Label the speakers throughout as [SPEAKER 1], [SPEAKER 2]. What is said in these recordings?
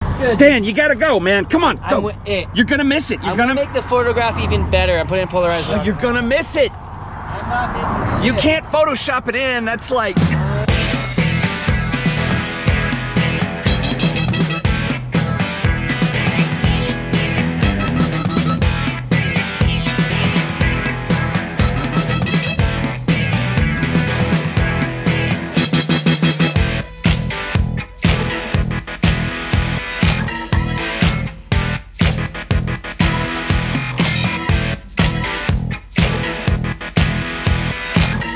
[SPEAKER 1] good.
[SPEAKER 2] Stan, you gotta go, man. Come on, go.
[SPEAKER 1] I'm with it.
[SPEAKER 2] You're gonna miss it. You're
[SPEAKER 1] I'm
[SPEAKER 2] gonna Oh,
[SPEAKER 1] gonna eh, make the photograph even better. I'm putting polarized.
[SPEAKER 2] You're gonna miss it.
[SPEAKER 1] I'm not missing
[SPEAKER 2] You
[SPEAKER 1] shit.
[SPEAKER 2] can't Photoshop it in. That's like.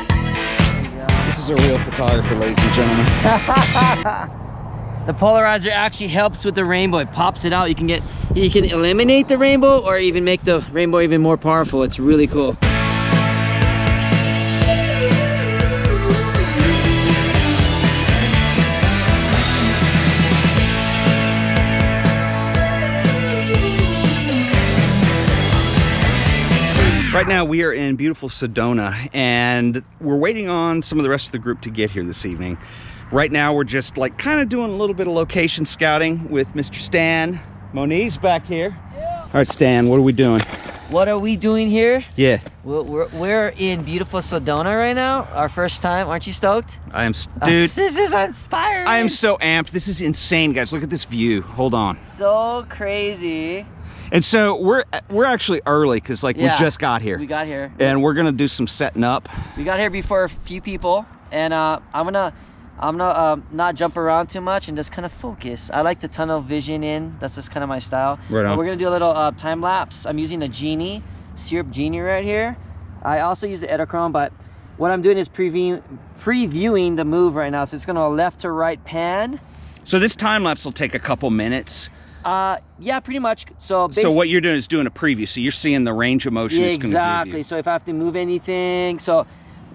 [SPEAKER 2] This is a real photographer, ladies and gentlemen.
[SPEAKER 1] The polarizer actually helps with the rainbow. It pops it out. You can get, you can eliminate the rainbow or even make the rainbow even more powerful. It's really cool.
[SPEAKER 2] Right now, we are in beautiful Sedona, and we're waiting on some of the rest of the group to get here this evening. Right now, we're just like kind of doing a little bit of location scouting with Mr. Stan. Moniz back here. All right, Stan, what are we doing?
[SPEAKER 1] What are we doing here?
[SPEAKER 2] Yeah,
[SPEAKER 1] We're, we're, we're in beautiful Sedona right now. Our first time. Aren't you stoked? Uh,
[SPEAKER 2] I am, s- dude.
[SPEAKER 1] this is inspiring.
[SPEAKER 2] I am so amped. This is insane, guys. Look at this view. Hold on.
[SPEAKER 1] so crazy.
[SPEAKER 2] And so we're we're actually early because like
[SPEAKER 1] Yeah.
[SPEAKER 2] we just got here,
[SPEAKER 1] We got here.
[SPEAKER 2] and we're gonna do some setting up.
[SPEAKER 1] We got here before a few people, and uh, I'm gonna, I'm gonna um, not jump around too much and just kind of focus. I like the tunnel vision in. That's just kind of my style.
[SPEAKER 2] Right on.
[SPEAKER 1] But we're gonna do a little uh, time lapse. I'm using a genie, syrup genie right here. I also use the Etichrome, but what I'm doing is previewing, previewing the move right now. So it's gonna left to right pan.
[SPEAKER 2] So this time lapse will take a couple minutes.
[SPEAKER 1] Uh, yeah, pretty much. So
[SPEAKER 2] So what you're doing is doing a preview. So you're seeing the range of motion.
[SPEAKER 1] Yeah,
[SPEAKER 2] it's Gonna give
[SPEAKER 1] exactly.
[SPEAKER 2] you.
[SPEAKER 1] So if I have to move anything, so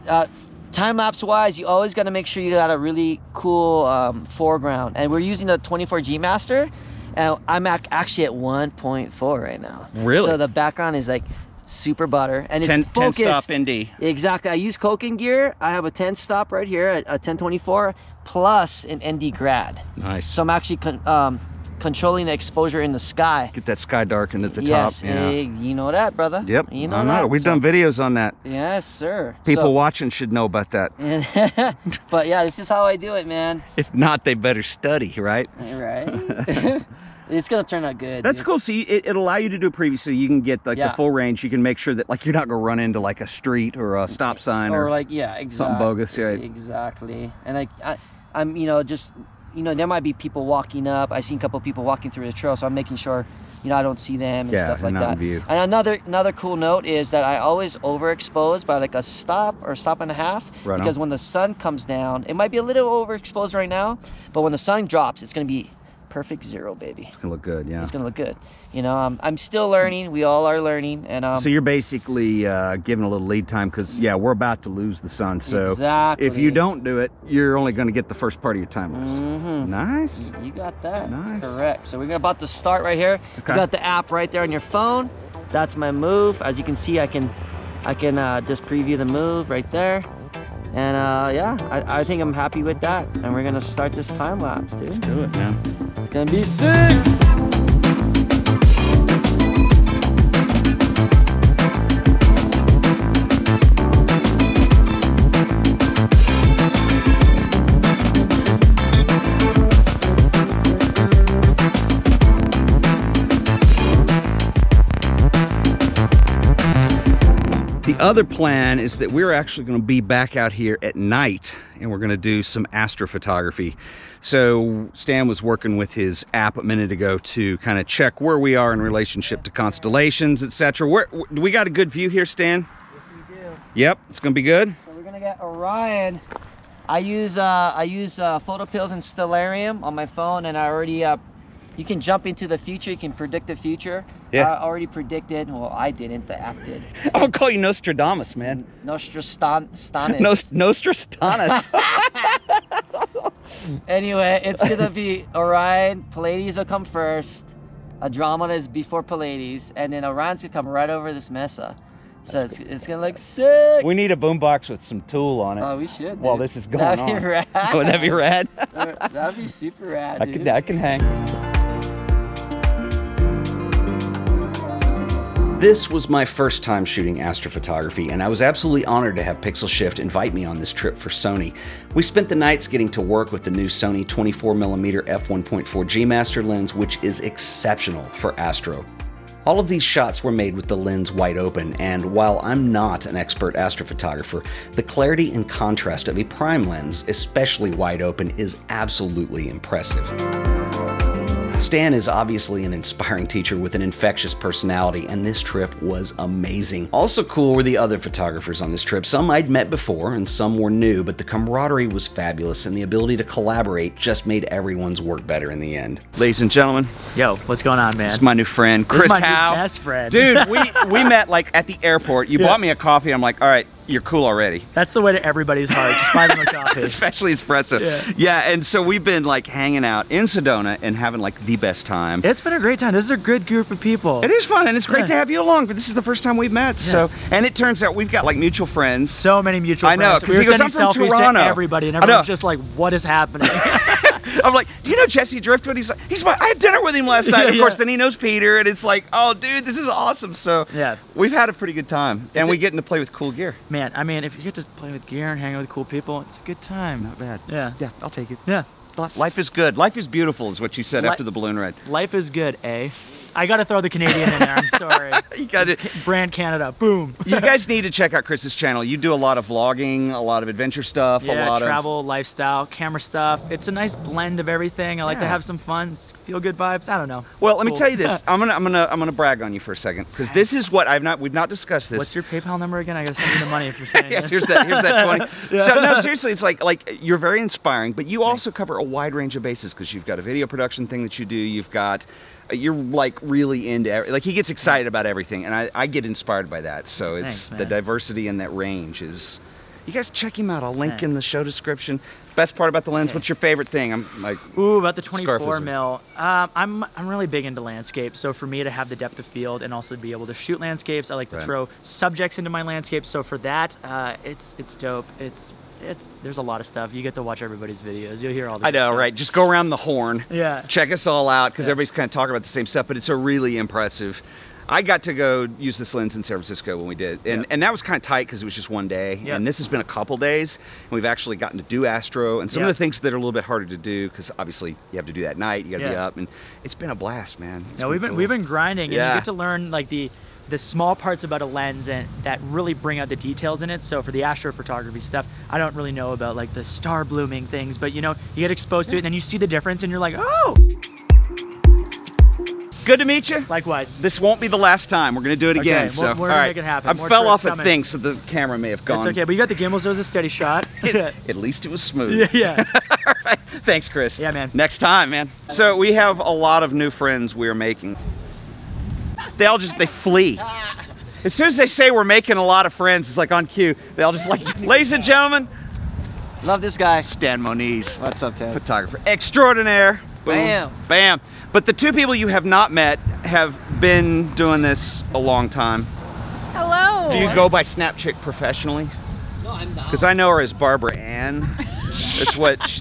[SPEAKER 1] uh, time lapse wise, you always got to make sure you got a really cool um, foreground. And we're using the 24G Master, and I'm ac- actually at 1.4 right now.
[SPEAKER 2] Really?
[SPEAKER 1] So the background is like super butter, and it's
[SPEAKER 2] Ten, ten
[SPEAKER 1] focused.
[SPEAKER 2] stop ND.
[SPEAKER 1] Exactly. I use Koken gear. I have a 10 stop right here, a, a 1024 plus an ND grad.
[SPEAKER 2] Nice.
[SPEAKER 1] So I'm actually con- um, controlling the exposure in the sky.
[SPEAKER 2] Get that sky darkened at the
[SPEAKER 1] yes,
[SPEAKER 2] top. Yeah.
[SPEAKER 1] eh, you know that, brother.
[SPEAKER 2] Yep.
[SPEAKER 1] You know
[SPEAKER 2] I know.
[SPEAKER 1] that.
[SPEAKER 2] We've
[SPEAKER 1] So-
[SPEAKER 2] done videos on that.
[SPEAKER 1] Yes, sir.
[SPEAKER 2] People
[SPEAKER 1] So-
[SPEAKER 2] watching should know about that.
[SPEAKER 1] but yeah, this is how I do it, man.
[SPEAKER 2] If not, they better study, right?
[SPEAKER 1] Right? it's gonna turn out good.
[SPEAKER 2] That's
[SPEAKER 1] dude.
[SPEAKER 2] cool. So you, it, it'll allow you to do a preview, so you can get like
[SPEAKER 1] Yeah.
[SPEAKER 2] the full range. You can make sure that like you're not gonna run into like a street or a stop sign or,
[SPEAKER 1] Or like, yeah, exactly.
[SPEAKER 2] bogus, yeah.
[SPEAKER 1] Exactly. And like, I, I'm, you know, just, you know, there might be people walking up. I seen a couple people walking through the trail, so I'm making sure, you know, I don't see them and
[SPEAKER 2] Yeah,
[SPEAKER 1] stuff
[SPEAKER 2] you're
[SPEAKER 1] like
[SPEAKER 2] not in
[SPEAKER 1] that.
[SPEAKER 2] view.
[SPEAKER 1] And another another cool note is that I always overexpose by like a stop or stop and a half
[SPEAKER 2] Right on.
[SPEAKER 1] because when the sun comes down, it might be a little overexposed right now, but when the sun drops, it's gonna be perfect zero, baby.
[SPEAKER 2] it's gonna look good. Yeah.
[SPEAKER 1] it's gonna look good. You know, um, I'm still learning. We all are learning, and um,
[SPEAKER 2] So you're basically uh, giving a little lead time because yeah, we're about to lose the sun. So if
[SPEAKER 1] Exactly.
[SPEAKER 2] you don't do it, you're only going to get the first part of your time lapse.
[SPEAKER 1] mm-hmm.
[SPEAKER 2] Nice.
[SPEAKER 1] you got that
[SPEAKER 2] Nice.
[SPEAKER 1] correct. So we're about to start right here.
[SPEAKER 2] Okay.
[SPEAKER 1] You got the app right there on your phone. That's my move. As you can see, I can, I can uh, just preview the move right there, and uh, yeah, I, I think I'm happy with that. And we're gonna start this time lapse, dude.
[SPEAKER 2] Do it, man.
[SPEAKER 1] It's gonna be sick.
[SPEAKER 2] The other plan is that we're actually going to be back out here at night and we're going to do some astrophotography. So, Stan was working with his app a minute ago to kind of check where we are in relationship to constellations, etc. Where do we got a good view here, Stan?
[SPEAKER 1] Yes, we do.
[SPEAKER 2] Yep, it's going to be good.
[SPEAKER 1] So we're gonna get Orion. I use uh, I use uh, photo pills and Stellarium on my phone, and I already uh, you can jump into the future. You can predict the future.
[SPEAKER 2] Yeah.
[SPEAKER 1] I already predicted. Well, I didn't. The app did.
[SPEAKER 2] I'm going to call you Nostradamus, man.
[SPEAKER 1] Nostrastanis.
[SPEAKER 2] Nos- Nostradamus.
[SPEAKER 1] anyway, it's gonna be Orion. Pleiades will come first. Andromeda is before Pleiades, and then Orion's gonna come right over this mesa. So it's, it's gonna look sick.
[SPEAKER 2] we need a boombox with some tool on it.
[SPEAKER 1] oh, we should.
[SPEAKER 2] while
[SPEAKER 1] dude.
[SPEAKER 2] this is going
[SPEAKER 1] That'd
[SPEAKER 2] on.
[SPEAKER 1] Be rad.
[SPEAKER 2] Would that be rad?
[SPEAKER 1] That'd be super rad.
[SPEAKER 2] I
[SPEAKER 1] dude.
[SPEAKER 2] can I can hang.
[SPEAKER 3] This was my first time shooting astrophotography, and I was absolutely honored to have Pixel Shift invite me on this trip for Sony. We spent the nights getting to work with the new Sony 24mm f1.4 G Master lens, which is exceptional for astro. All of these shots were made with the lens wide open, and while I'm not an expert astrophotographer, the clarity and contrast of a prime lens, especially wide open, is absolutely impressive. Stan is obviously an inspiring teacher with an infectious personality, and this trip was amazing. Also, cool were the other photographers on this trip. Some I'd met before, and some were new, but the camaraderie was fabulous, and the ability to collaborate just made everyone's work better in the end. Ladies and gentlemen,
[SPEAKER 4] Yo, what's going on, man?
[SPEAKER 3] it's my new friend, Chris
[SPEAKER 4] my new
[SPEAKER 3] Howe.
[SPEAKER 4] best friend.
[SPEAKER 3] Dude, we, we met like at the airport. You bought me a coffee. I'm like, all right, you're cool already.
[SPEAKER 4] That's the way to everybody's heart. Just buy them a coffee.
[SPEAKER 3] Especially espresso.
[SPEAKER 4] Yeah.
[SPEAKER 3] yeah, and so we've been like hanging out in Sedona and having like the best time.
[SPEAKER 4] It's been a great time. This is a good group of people.
[SPEAKER 3] It is fun, and it's great
[SPEAKER 4] Yeah.
[SPEAKER 3] to have you along. But this is the first time we've met, so
[SPEAKER 4] Yes.
[SPEAKER 3] and it turns out we've got like mutual friends.
[SPEAKER 4] So many mutual
[SPEAKER 3] I know,
[SPEAKER 4] friends.
[SPEAKER 3] 'cause
[SPEAKER 4] We were
[SPEAKER 3] he goes,
[SPEAKER 4] sending
[SPEAKER 3] "I'm from
[SPEAKER 4] selfies
[SPEAKER 3] Toronto."
[SPEAKER 4] to everybody, and
[SPEAKER 3] I know.
[SPEAKER 4] everyone's just like, "What is happening?"
[SPEAKER 3] I'm like, do you know Jesse Driftwood? He's like, he's my. I had dinner with him last night.
[SPEAKER 4] Yeah,
[SPEAKER 3] of course,
[SPEAKER 4] yeah.
[SPEAKER 3] then he knows Peter, and it's like, oh, dude, this is awesome. So
[SPEAKER 4] Yeah.
[SPEAKER 3] we've had a pretty good time, and
[SPEAKER 4] It's a-
[SPEAKER 3] we get getting to play with cool gear.
[SPEAKER 4] man, I mean, if you get to play with gear and hang out with cool people, it's a good time.
[SPEAKER 3] Not bad.
[SPEAKER 4] Yeah.
[SPEAKER 3] yeah, I'll take it.
[SPEAKER 4] Yeah.
[SPEAKER 3] Li- Life is good. Life is beautiful, is what you said
[SPEAKER 4] Li-
[SPEAKER 3] after the balloon ride.
[SPEAKER 4] Life is good, eh? I gotta throw the Canadian in there. I'm sorry.
[SPEAKER 3] You got it.
[SPEAKER 4] Brand Canada. Boom.
[SPEAKER 3] You guys need to check out Chris's channel. You do a lot of vlogging, a lot of adventure stuff, a
[SPEAKER 4] yeah,
[SPEAKER 3] lot of
[SPEAKER 4] travel, lifestyle, camera stuff. It's a nice blend of everything. I like to
[SPEAKER 3] Yeah.
[SPEAKER 4] have some fun, feel good vibes. I don't know.
[SPEAKER 3] Well, let me
[SPEAKER 4] Cool.
[SPEAKER 3] tell you this. I'm gonna, I'm gonna, I'm gonna brag on you for a second because this is what I've not, we've not discussed this.
[SPEAKER 4] What's your PayPal number again? I gotta send you the money if you're saying
[SPEAKER 3] yes,
[SPEAKER 4] this.
[SPEAKER 3] here's that, here's that twenty. So no, seriously, it's like, like you're very inspiring, but you also cover a wide range of bases because you've got a video production thing that you do. You've got, you're like really into, every- like he gets excited about everything, and I, I get inspired by that. So it's
[SPEAKER 4] Thanks,
[SPEAKER 3] the
[SPEAKER 4] man.
[SPEAKER 3] diversity in that range is. You guys check him out. I'll link in
[SPEAKER 4] Thanks.
[SPEAKER 3] the show description. Best part about the lens. What's your favorite thing? I'm like,
[SPEAKER 4] Ooh, about the
[SPEAKER 3] Scarf
[SPEAKER 4] 24
[SPEAKER 3] is a-
[SPEAKER 4] mil. Um, I'm I'm really big into landscape, so for me to have the depth of field and also to be able to shoot landscapes, I like to
[SPEAKER 3] Right.
[SPEAKER 4] throw subjects into my landscapes. So for that, uh, it's it's dope. It's it's there's a lot of stuff. You get to watch everybody's videos. You'll hear all. The
[SPEAKER 3] I
[SPEAKER 4] good
[SPEAKER 3] know,
[SPEAKER 4] stuff.
[SPEAKER 3] right? Just go around the horn.
[SPEAKER 4] Yeah.
[SPEAKER 3] Check us all out because everybody's kind of talking about the same stuff, but it's a really impressive. I got to go use this lens in San Francisco when we did, and,
[SPEAKER 4] Yeah.
[SPEAKER 3] and that was kind of tight because it was just one day.
[SPEAKER 4] Yeah.
[SPEAKER 3] And this has been a couple days, and we've actually gotten to do Astro and some
[SPEAKER 4] Yeah.
[SPEAKER 3] of the things that are a little bit harder to do because obviously you have to do that at night, you got to be
[SPEAKER 4] Yeah.
[SPEAKER 3] up, and it's been a blast, man. It's
[SPEAKER 4] No, we've been
[SPEAKER 3] cool.
[SPEAKER 4] we've been grinding, and
[SPEAKER 3] Yeah.
[SPEAKER 4] you get to learn like the the small parts about a lens and that really bring out the details in it. So for the astrophotography stuff, I don't really know about like the star blooming things, but you know, you get exposed to it, and then you see the difference, and you're like, oh.
[SPEAKER 3] good to meet you.
[SPEAKER 4] Likewise.
[SPEAKER 3] This won't be the last time. We're going to do it
[SPEAKER 4] Okay,
[SPEAKER 3] again.
[SPEAKER 4] we're-
[SPEAKER 3] so,
[SPEAKER 4] we're
[SPEAKER 3] all
[SPEAKER 4] gonna
[SPEAKER 3] right.
[SPEAKER 4] make it happen.
[SPEAKER 3] I
[SPEAKER 4] More
[SPEAKER 3] fell
[SPEAKER 4] trips
[SPEAKER 3] off a
[SPEAKER 4] coming.
[SPEAKER 3] thing, so the camera may have
[SPEAKER 4] That's
[SPEAKER 3] gone.
[SPEAKER 4] okay, but you got the gimbals. Those a steady shot. yeah,
[SPEAKER 3] At least it was smooth.
[SPEAKER 4] yeah.
[SPEAKER 3] Thanks, Chris.
[SPEAKER 4] Yeah, man.
[SPEAKER 3] Next time, man. So we have a lot of new friends we're making. They all just they flee. As soon as they say we're making a lot of friends, it's like on cue. They all just like, ladies and gentlemen,
[SPEAKER 1] Love this guy.
[SPEAKER 3] Stan Moniz,
[SPEAKER 1] What's up, Ted?
[SPEAKER 3] photographer extraordinaire. Boom.
[SPEAKER 1] Bam.
[SPEAKER 3] Bam. But the two people you have not met have been doing this a long time.
[SPEAKER 5] Hello.
[SPEAKER 3] Do you go by Snapchick professionally?
[SPEAKER 1] No, I'm not.
[SPEAKER 3] Because I know her as Barbara Ann. That's what she,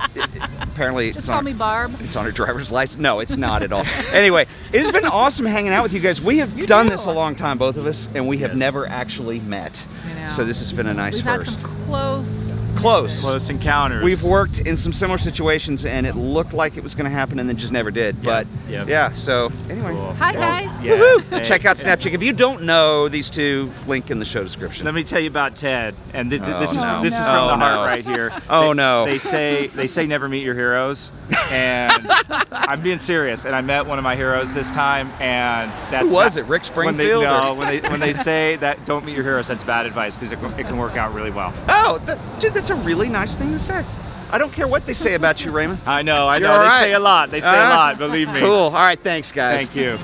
[SPEAKER 3] apparently it's
[SPEAKER 5] Just
[SPEAKER 3] on
[SPEAKER 5] call
[SPEAKER 3] her-
[SPEAKER 5] me Barb.
[SPEAKER 3] It's on her driver's license. No, it's not at all. anyway, it has been awesome hanging out with you guys. We have done
[SPEAKER 5] too.
[SPEAKER 3] this a long time, both of us, and we have
[SPEAKER 4] Yes.
[SPEAKER 3] never actually met.
[SPEAKER 5] I know.
[SPEAKER 3] So this has been a nice
[SPEAKER 5] We've
[SPEAKER 3] first.
[SPEAKER 5] had some close.
[SPEAKER 3] Close.
[SPEAKER 4] Close encounters.
[SPEAKER 3] We've worked in some similar situations, and it looked like it was going to happen, and then just never did. But
[SPEAKER 4] yeah.
[SPEAKER 3] yeah, so anyway.
[SPEAKER 5] Hi guys.
[SPEAKER 6] Yeah. Hey,
[SPEAKER 3] Check out Snapchick. If you don't know these two, link in the show description.
[SPEAKER 6] Let me tell you about Ted, and this,
[SPEAKER 3] Oh,
[SPEAKER 6] this is
[SPEAKER 3] no.
[SPEAKER 6] this is
[SPEAKER 5] Oh,
[SPEAKER 6] from the
[SPEAKER 3] no.
[SPEAKER 6] heart right here.
[SPEAKER 3] Oh,
[SPEAKER 6] They-
[SPEAKER 3] no.
[SPEAKER 6] They say they say never meet your heroes, and I'm being serious. And I met one of my heroes this time, and that's
[SPEAKER 3] Who was
[SPEAKER 6] ba-
[SPEAKER 3] it, Rick
[SPEAKER 6] When they,
[SPEAKER 3] Springfield,
[SPEAKER 6] no,
[SPEAKER 3] or-
[SPEAKER 6] when they when they say that don't meet your heroes, that's bad advice because it, can- it can work out really well.
[SPEAKER 3] oh, that, dude, that's a really nice thing to say. I don't care what they say about you, Raymond.
[SPEAKER 6] I know, I
[SPEAKER 3] You're
[SPEAKER 6] know.
[SPEAKER 3] all
[SPEAKER 6] they
[SPEAKER 3] right.
[SPEAKER 6] say a lot. They say
[SPEAKER 3] All
[SPEAKER 6] a
[SPEAKER 3] right.
[SPEAKER 6] lot. Believe me.
[SPEAKER 3] Cool. All right, thanks, guys.
[SPEAKER 6] Thank you.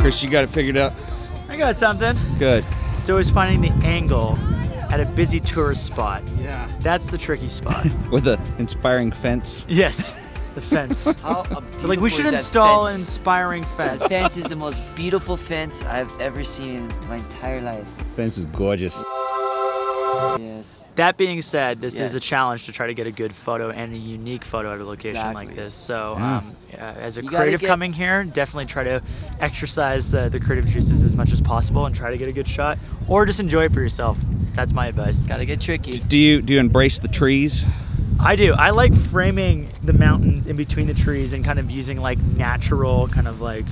[SPEAKER 3] Chris, you got it figured out?
[SPEAKER 4] I got something.
[SPEAKER 3] Good.
[SPEAKER 4] It's always finding the angle at a busy tourist spot. Yeah. That's the tricky spot.
[SPEAKER 3] With an inspiring fence.
[SPEAKER 4] yes. the fence.
[SPEAKER 1] How
[SPEAKER 4] like we should install an inspiring fence.
[SPEAKER 1] The fence is the most beautiful fence I've ever seen in my entire life.
[SPEAKER 2] Fence is gorgeous.
[SPEAKER 1] Yes.
[SPEAKER 4] That being said, this is a
[SPEAKER 1] Yes.
[SPEAKER 4] challenge to try to get a good photo and a unique photo at a location like
[SPEAKER 1] Exactly.
[SPEAKER 4] this. So, um, uh, as a
[SPEAKER 1] You gotta
[SPEAKER 4] creative
[SPEAKER 1] get-
[SPEAKER 4] coming here, definitely try to exercise uh, the creative juices as much as possible and try to get a good shot, or just enjoy it for yourself. That's my advice.
[SPEAKER 1] Gotta get tricky.
[SPEAKER 3] Do you do you embrace the trees?
[SPEAKER 4] I do. I like framing the mountains in between the trees and kind of using like natural, kind of like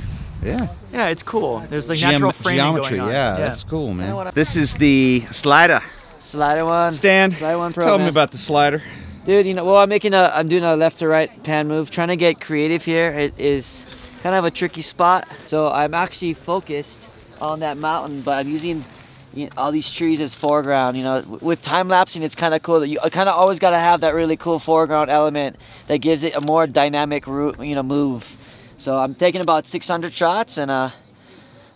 [SPEAKER 2] Yeah.
[SPEAKER 4] yeah, it's cool. There's like
[SPEAKER 2] Geom-
[SPEAKER 4] natural framing
[SPEAKER 2] geometry.
[SPEAKER 4] going on.
[SPEAKER 2] Yeah, that's cool, man.
[SPEAKER 3] This is the slider.
[SPEAKER 1] Slider one.
[SPEAKER 2] Dan,
[SPEAKER 1] Slider one pro.
[SPEAKER 2] tell
[SPEAKER 1] man.
[SPEAKER 2] me about the slider.
[SPEAKER 1] Dude, you know, well, I'm making a, I'm doing a left to right pan move, trying to get creative here. It is kind of a tricky spot, so I'm actually focused on that mountain, but I'm using you know, all these trees as foreground. You know, W- with time lapsing, it's kind of cool that you kind of always got to have that really cool foreground element that gives it a more dynamic route, you know, move. So I'm taking about 600 shots and uh,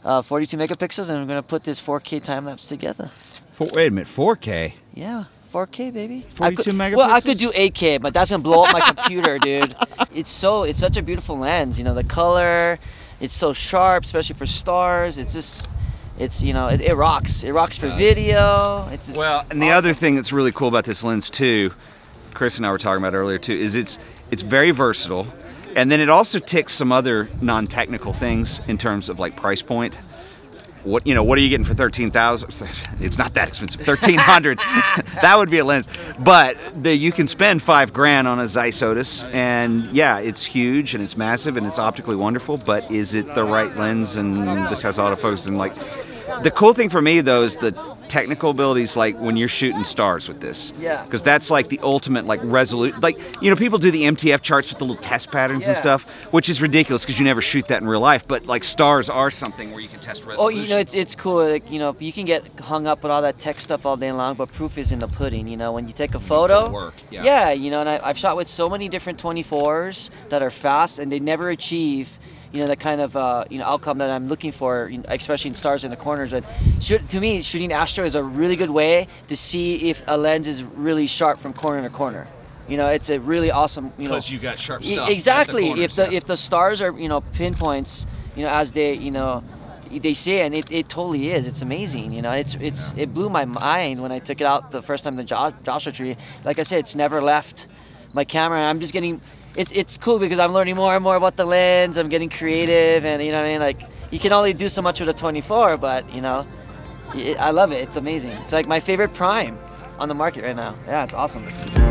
[SPEAKER 1] uh 42 megapixels, and I'm gonna put this 4K time lapse together.
[SPEAKER 2] Four, wait a minute, 4K.
[SPEAKER 1] Yeah, 4K baby. I could,
[SPEAKER 2] 42
[SPEAKER 1] Well, I could do 8K, but that's gonna blow up my computer, dude. It's so it's such a beautiful lens. You know the color, it's so sharp, especially for stars. It's just, it's you know it, it rocks. It rocks for video. It's just,
[SPEAKER 3] Well, and the other thing that's really cool about this lens too, Chris and I were talking about earlier too, is it's it's very versatile, and then it also ticks some other non-technical things in terms of like price point. What you know, what are you getting for thirteen thousand? It's not that expensive. Thirteen hundred, that would be a lens. But the, you can spend five grand on a Zeiss and yeah, it's huge and it's massive and it's optically wonderful. But is it the right lens? And this has autofocus and like the cool thing for me though is the technical abilities like when you're shooting stars with this
[SPEAKER 1] Yeah.
[SPEAKER 3] because that's like the ultimate like resolute like you know people do the mtf charts with the little test patterns and
[SPEAKER 1] Yeah.
[SPEAKER 3] stuff which is ridiculous because you never shoot that in real life but like stars are something where you can test
[SPEAKER 1] Oh,
[SPEAKER 3] resolution
[SPEAKER 1] you know, it's, it's cool. Like, you know, you can get hung up with all that tech stuff all day long, but proof is in the pudding. You know, when you take a photo,
[SPEAKER 3] work, yeah.
[SPEAKER 1] you know, and I, I've shot with so many different 24s that are fast and they never achieve, you know, the kind of uh, you know outcome that I'm looking for, you know, especially in stars in the corners. But shoot, to me, shooting astro is a really good way to see if a lens is really sharp from corner to corner. You know, it's a really awesome. You know,
[SPEAKER 3] got sharp
[SPEAKER 1] E- exactly. if the if the stars are you know pinpoints, you know as they you know they say, and it, it totally is. It's amazing. You know, it's it's it blew my mind when I took it out the first time the jo- Joshua tree. Like I said, it's never left my camera. I'm just getting. It, it's cool because I'm learning more and more about the lens. I'm getting creative, and you know what I mean. Like you can only do so much with a 24, but you know, it, I love it. It's amazing. It's like my favorite prime on the market right now. Yeah, it's awesome.